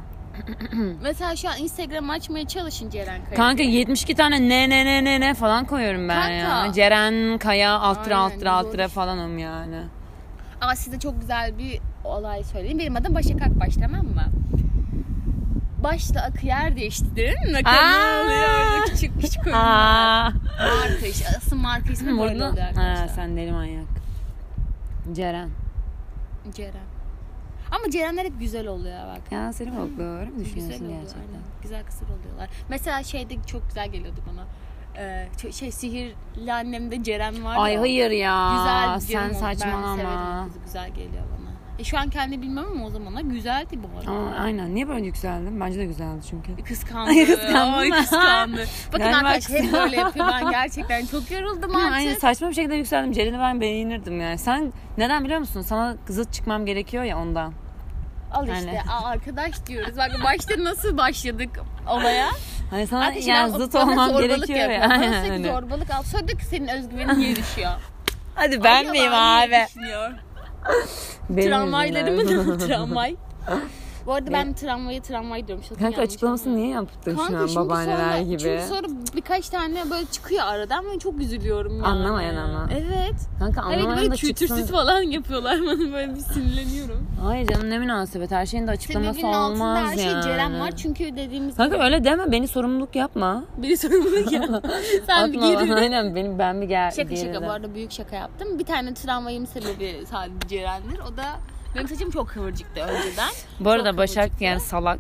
[SPEAKER 2] Mesela şu an Instagram açmaya çalışın Ceren Kaya.
[SPEAKER 1] Kanka 72 tane ne ne ne ne ne falan koyuyorum ben ya.
[SPEAKER 2] Kanka.
[SPEAKER 1] Ceren Kaya altıra
[SPEAKER 2] Aynen,
[SPEAKER 1] altıra altıra
[SPEAKER 2] doğru.
[SPEAKER 1] falanım yani.
[SPEAKER 2] Aa size çok güzel bir olay söyleyeyim. Benim adım Başak Akbaş tamam mı? Başla akı yer değiştirdin.
[SPEAKER 1] Aa!
[SPEAKER 2] Nakanı oluyor. Küçük küçük oyunlar.
[SPEAKER 1] Aa.
[SPEAKER 2] Marka iş. Asıl marka ismi böyle oluyor
[SPEAKER 1] Burada. Ha,
[SPEAKER 2] arkadaşlar.
[SPEAKER 1] sen deli manyak. Ceren.
[SPEAKER 2] Ceren. Ama Cerenler hep güzel oluyor bak.
[SPEAKER 1] Ya seni bakıyorum
[SPEAKER 2] Güzel
[SPEAKER 1] düşünüyorsun
[SPEAKER 2] oluyor.
[SPEAKER 1] gerçekten.
[SPEAKER 2] aynen. Güzel kızlar oluyorlar. Mesela şeyde çok güzel geliyordu bana. Ee, ço- şey sihirli annemde Ceren var
[SPEAKER 1] Ay
[SPEAKER 2] ya.
[SPEAKER 1] hayır ya.
[SPEAKER 2] Güzel
[SPEAKER 1] sen
[SPEAKER 2] canım o. Ben severim
[SPEAKER 1] saçmalama.
[SPEAKER 2] o kızı. Güzel geliyor bana. E, şu an kendi bilmem ama o zamanlar güzeldi bu arada.
[SPEAKER 1] Ama aynen. Niye böyle yükseldin? Bence de güzeldi çünkü.
[SPEAKER 2] Kıskandı.
[SPEAKER 1] Ay, kıskandı
[SPEAKER 2] Ay,
[SPEAKER 1] mı?
[SPEAKER 2] kıskandı. Bakın
[SPEAKER 1] Yani
[SPEAKER 2] arkadaşlar hep
[SPEAKER 1] baksana.
[SPEAKER 2] böyle yapıyor.
[SPEAKER 1] *laughs*
[SPEAKER 2] Ben gerçekten çok yoruldum
[SPEAKER 1] Ama
[SPEAKER 2] artık.
[SPEAKER 1] Aynen saçma bir şekilde yükseldim. Ceren'i ben beğenirdim yani. Sen neden biliyor musun? Sana zıt çıkmam gerekiyor ya ondan.
[SPEAKER 2] Al işte
[SPEAKER 1] Aynen.
[SPEAKER 2] aa, arkadaş diyoruz. Bak başta nasıl başladık olaya.
[SPEAKER 1] Hani sana
[SPEAKER 2] Arkadaşlar
[SPEAKER 1] yani
[SPEAKER 2] ben
[SPEAKER 1] zıt
[SPEAKER 2] bana
[SPEAKER 1] olmam
[SPEAKER 2] zorbalık
[SPEAKER 1] gerekiyor ya. Hani.
[SPEAKER 2] yapıyor. Bana
[SPEAKER 1] Aynen *laughs*
[SPEAKER 2] sürekli
[SPEAKER 1] öyle.
[SPEAKER 2] zorbalık al. Sonra diyor ki senin
[SPEAKER 1] *laughs*
[SPEAKER 2] özgüvenin niye düşüyor.
[SPEAKER 1] Hadi ben
[SPEAKER 2] Acaba
[SPEAKER 1] miyim
[SPEAKER 2] niye
[SPEAKER 1] abi?
[SPEAKER 2] düşünüyor?
[SPEAKER 1] Benim
[SPEAKER 2] Tramvay
[SPEAKER 1] *laughs* yüzümden.
[SPEAKER 2] dedim mi? Tramvay. Bu arada ben tramvayı tramvay diyorum. Şatın
[SPEAKER 1] Kanka
[SPEAKER 2] yanlış
[SPEAKER 1] açıklamasını
[SPEAKER 2] ama.
[SPEAKER 1] niye yaptın şu
[SPEAKER 2] Kanka
[SPEAKER 1] an
[SPEAKER 2] çünkü
[SPEAKER 1] babaanneler
[SPEAKER 2] sonra,
[SPEAKER 1] gibi?
[SPEAKER 2] Çünkü sonra birkaç tane böyle çıkıyor aradan ve çok üzülüyorum yani.
[SPEAKER 1] Anlamayan ama.
[SPEAKER 2] Evet.
[SPEAKER 1] Kanka
[SPEAKER 3] Evet
[SPEAKER 1] anlamayan
[SPEAKER 3] böyle
[SPEAKER 1] da
[SPEAKER 3] kültürsüz
[SPEAKER 1] çıksın.
[SPEAKER 3] falan yapıyorlar bana böyle bir sinirleniyorum.
[SPEAKER 1] Hayır canım ne münasebet her şeyin de açıklaması
[SPEAKER 2] Sebebinin
[SPEAKER 1] olmaz
[SPEAKER 2] altında her şey
[SPEAKER 1] yani.
[SPEAKER 2] Ceren var çünkü dediğimiz
[SPEAKER 1] Kanka
[SPEAKER 2] gibi.
[SPEAKER 1] öyle deme beni sorumluluk yapma.
[SPEAKER 3] Beni sorumluluk
[SPEAKER 2] *laughs*
[SPEAKER 3] ya. Sen bir
[SPEAKER 1] Atma bana,
[SPEAKER 3] gerildin.
[SPEAKER 1] *laughs* aynen benim ben bir ger
[SPEAKER 2] Şaka şaka
[SPEAKER 1] gerildim.
[SPEAKER 2] bu arada büyük şaka yaptım. Bir tane tramvayım sebebi sadece Ceren'dir. O da benim saçım çok kıvırcıktı önceden.
[SPEAKER 1] Bu arada
[SPEAKER 2] Çok
[SPEAKER 1] Başak
[SPEAKER 2] kıvırcıktı.
[SPEAKER 1] yani salak.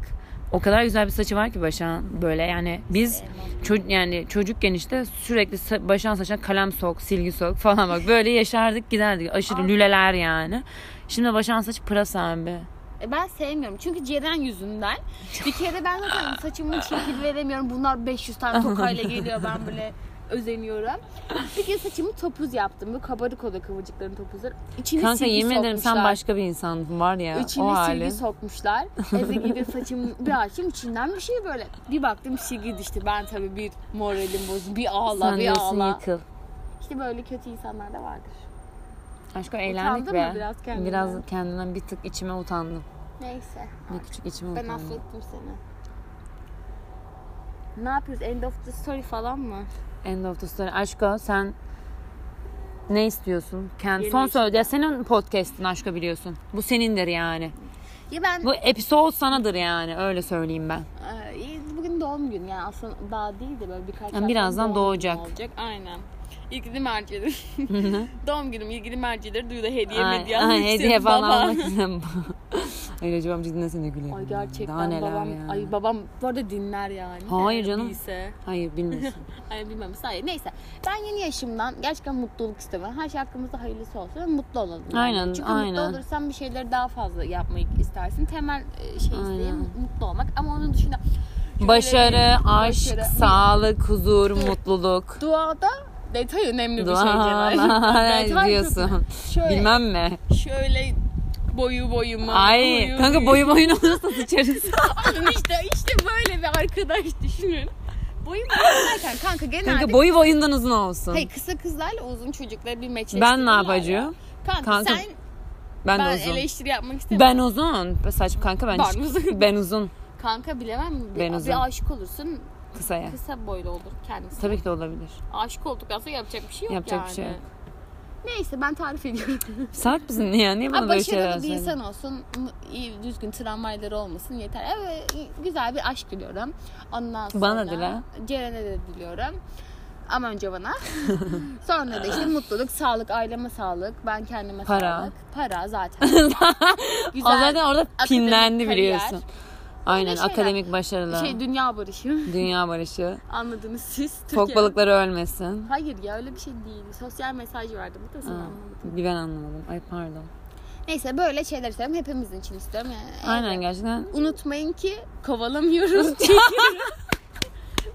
[SPEAKER 1] O kadar güzel bir saçı var ki Başak'ın böyle yani biz ço- yani çocukken işte sürekli sa- Başak'ın saçına kalem sok, silgi sok falan bak böyle yaşardık giderdik aşırı lüleler yani. Şimdi Başak'ın saçı pırasa abi.
[SPEAKER 2] E, Ben sevmiyorum çünkü Ceren yüzünden. Bir kere ben zaten saçımı şekil veremiyorum. Bunlar 500 tane tokayla geliyor ben böyle özeniyorum. Bir kere saçımı topuz yaptım. Bu kabarık oluyor kıvırcıkların topuzları. İçine
[SPEAKER 1] Kanka
[SPEAKER 2] silgi
[SPEAKER 1] yemin ederim sen
[SPEAKER 2] sokmuşlar.
[SPEAKER 1] başka bir insandın var ya
[SPEAKER 2] İçine
[SPEAKER 1] o
[SPEAKER 2] silgi
[SPEAKER 1] hali. *laughs*
[SPEAKER 2] sokmuşlar. Eve gidip saçımı bir açtım içinden bir şey böyle. Bir baktım silgi düştü. Ben tabii bir moralim bozuldu. Bir ağla
[SPEAKER 1] Sen
[SPEAKER 2] bir
[SPEAKER 1] diyorsun
[SPEAKER 2] ağla.
[SPEAKER 1] yıkıl.
[SPEAKER 2] İşte böyle kötü insanlar da vardır.
[SPEAKER 1] Aşkım eğlendik
[SPEAKER 2] Utandın
[SPEAKER 1] be.
[SPEAKER 2] mı biraz kendinden?
[SPEAKER 1] Biraz kendimden bir tık içime utandım.
[SPEAKER 2] Neyse.
[SPEAKER 1] Bir küçük içime
[SPEAKER 2] Ben
[SPEAKER 1] utandım.
[SPEAKER 2] affettim seni. Ne yapıyoruz? End of the story falan mı?
[SPEAKER 1] End of the story. Aşko sen ne istiyorsun? Kendi
[SPEAKER 2] Yeni
[SPEAKER 1] son
[SPEAKER 2] iş-
[SPEAKER 1] söyle. Ya senin podcast'in Aşko biliyorsun. Bu senindir yani.
[SPEAKER 2] Ya ben
[SPEAKER 1] Bu episode sanadır yani öyle söyleyeyim ben.
[SPEAKER 2] e, bugün doğum günü yani aslında daha değil de böyle birkaç
[SPEAKER 1] Yani
[SPEAKER 2] saat
[SPEAKER 1] birazdan
[SPEAKER 2] sonra doğum
[SPEAKER 1] doğacak.
[SPEAKER 2] günü Olacak. Aynen. İlgili mercileri. *laughs* doğum günüm ilgili mercileri duyuda hediye
[SPEAKER 1] Ay-
[SPEAKER 2] medya.
[SPEAKER 1] ay,
[SPEAKER 2] almak
[SPEAKER 1] hediye
[SPEAKER 2] istiyorum
[SPEAKER 1] falan
[SPEAKER 2] baba.
[SPEAKER 1] almak için. *laughs* Ay Recep amca dinlesene gülerim.
[SPEAKER 2] Ay
[SPEAKER 1] ya.
[SPEAKER 2] gerçekten
[SPEAKER 1] Daha neler
[SPEAKER 2] babam,
[SPEAKER 1] yani.
[SPEAKER 2] ay babam bu arada dinler yani.
[SPEAKER 1] Hayır
[SPEAKER 2] Eğer
[SPEAKER 1] canım.
[SPEAKER 2] Bilse.
[SPEAKER 1] Hayır
[SPEAKER 2] *laughs*
[SPEAKER 1] bilmiyorsun.
[SPEAKER 2] Ay bilmem hayır. Neyse. Ben yeni yaşımdan gerçekten mutluluk istiyorum. Her şey hakkımızda hayırlısı olsun ve mutlu olalım. yani.
[SPEAKER 1] Aynen,
[SPEAKER 2] Çünkü
[SPEAKER 1] aynen.
[SPEAKER 2] mutlu olursan bir şeyleri daha fazla yapmayı istersin. Temel e, şey
[SPEAKER 1] Aynen.
[SPEAKER 2] isteğim mutlu olmak. Ama onun dışında
[SPEAKER 1] Başarı,
[SPEAKER 2] Şöyle-
[SPEAKER 1] aşk,
[SPEAKER 2] başarı.
[SPEAKER 1] sağlık, huzur, mutluluk.
[SPEAKER 2] Duada detay önemli bir şey
[SPEAKER 1] *laughs* Dualar
[SPEAKER 2] Cemal. Detay
[SPEAKER 1] diyorsun.
[SPEAKER 2] çok- Şöyle,
[SPEAKER 1] Bilmem mi?
[SPEAKER 2] şöyle boyu boyuma.
[SPEAKER 1] Ay
[SPEAKER 2] boyu
[SPEAKER 1] kanka
[SPEAKER 2] *laughs*
[SPEAKER 1] boyu boyun olursa sıçarız.
[SPEAKER 2] Aynen işte işte böyle bir arkadaş düşünün. Boyu boyu derken kanka genelde
[SPEAKER 1] Kanka boyu boyundan uzun olsun.
[SPEAKER 2] Hayır kısa kızlarla uzun çocukları bir meçleştiriyorlar
[SPEAKER 1] Ben ne yapacağım?
[SPEAKER 2] ya. Kanka,
[SPEAKER 1] Kanka,
[SPEAKER 2] sen
[SPEAKER 1] Ben,
[SPEAKER 2] ben
[SPEAKER 1] de uzun.
[SPEAKER 2] eleştiri yapmak istemiyorum.
[SPEAKER 1] Ben uzun. Saçma kanka ben
[SPEAKER 2] Ben uzun.
[SPEAKER 1] ben uzun.
[SPEAKER 2] Kanka bilemem bir,
[SPEAKER 1] Ben uzun.
[SPEAKER 2] bir aşık olursun
[SPEAKER 1] Kısaya.
[SPEAKER 2] kısa boylu olur kendisi.
[SPEAKER 1] Tabii ki de olabilir.
[SPEAKER 2] Aşık olduktan sonra yapacak bir şey yok
[SPEAKER 1] Yapacak
[SPEAKER 2] yani.
[SPEAKER 1] bir şey yok.
[SPEAKER 2] Neyse ben tarif ediyorum.
[SPEAKER 1] Salak mısın ya? Niye bana
[SPEAKER 2] Ha,
[SPEAKER 1] böyle şeyler
[SPEAKER 2] başarılı bir
[SPEAKER 1] söylüyorsun?
[SPEAKER 2] insan olsun, m- iyi düzgün tramvayları olmasın yeter. Evet, güzel bir aşk diliyorum. Ondan sonra
[SPEAKER 1] Bana dile.
[SPEAKER 2] Ceren'e de diliyorum. Ama
[SPEAKER 1] *laughs*
[SPEAKER 2] önce bana. sonra da işte mutluluk, sağlık, aileme sağlık, ben kendime
[SPEAKER 1] Para.
[SPEAKER 2] sağlık.
[SPEAKER 1] *laughs*
[SPEAKER 2] Para zaten.
[SPEAKER 1] O zaten orada
[SPEAKER 2] akademik
[SPEAKER 1] pinlendi
[SPEAKER 2] kariyer.
[SPEAKER 1] biliyorsun. Aynen
[SPEAKER 2] şeyler.
[SPEAKER 1] akademik başarılar.
[SPEAKER 2] Şey dünya barışı.
[SPEAKER 1] Dünya barışı.
[SPEAKER 2] Anladınız siz.
[SPEAKER 1] Fok
[SPEAKER 2] Türkiye-
[SPEAKER 1] balıkları ölmesin.
[SPEAKER 2] Hayır ya öyle bir şey değil. Sosyal mesaj verdim. Bu da sen
[SPEAKER 1] Ha,
[SPEAKER 2] anlamadın.
[SPEAKER 1] bir ben anlamadım. Ay pardon.
[SPEAKER 2] Neyse böyle şeyler istiyorum. Hepimizin için istiyorum. Yani.
[SPEAKER 1] Aynen gerçekten.
[SPEAKER 2] Unutmayın ki
[SPEAKER 1] *laughs*
[SPEAKER 2] kovalamıyoruz. çekiyoruz.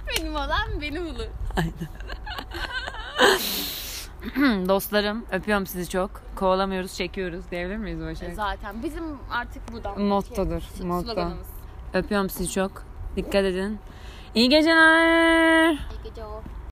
[SPEAKER 2] benim olan beni bulur.
[SPEAKER 1] Dostlarım öpüyorum sizi çok. Kovalamıyoruz çekiyoruz diyebilir miyiz Başak?
[SPEAKER 2] Zaten bizim artık buradan
[SPEAKER 1] Mottodur,
[SPEAKER 2] şey,
[SPEAKER 1] motto.
[SPEAKER 2] sloganımız.
[SPEAKER 1] Öpüyorum sizi çok. Dikkat edin. İyi geceler.
[SPEAKER 2] İyi gece o.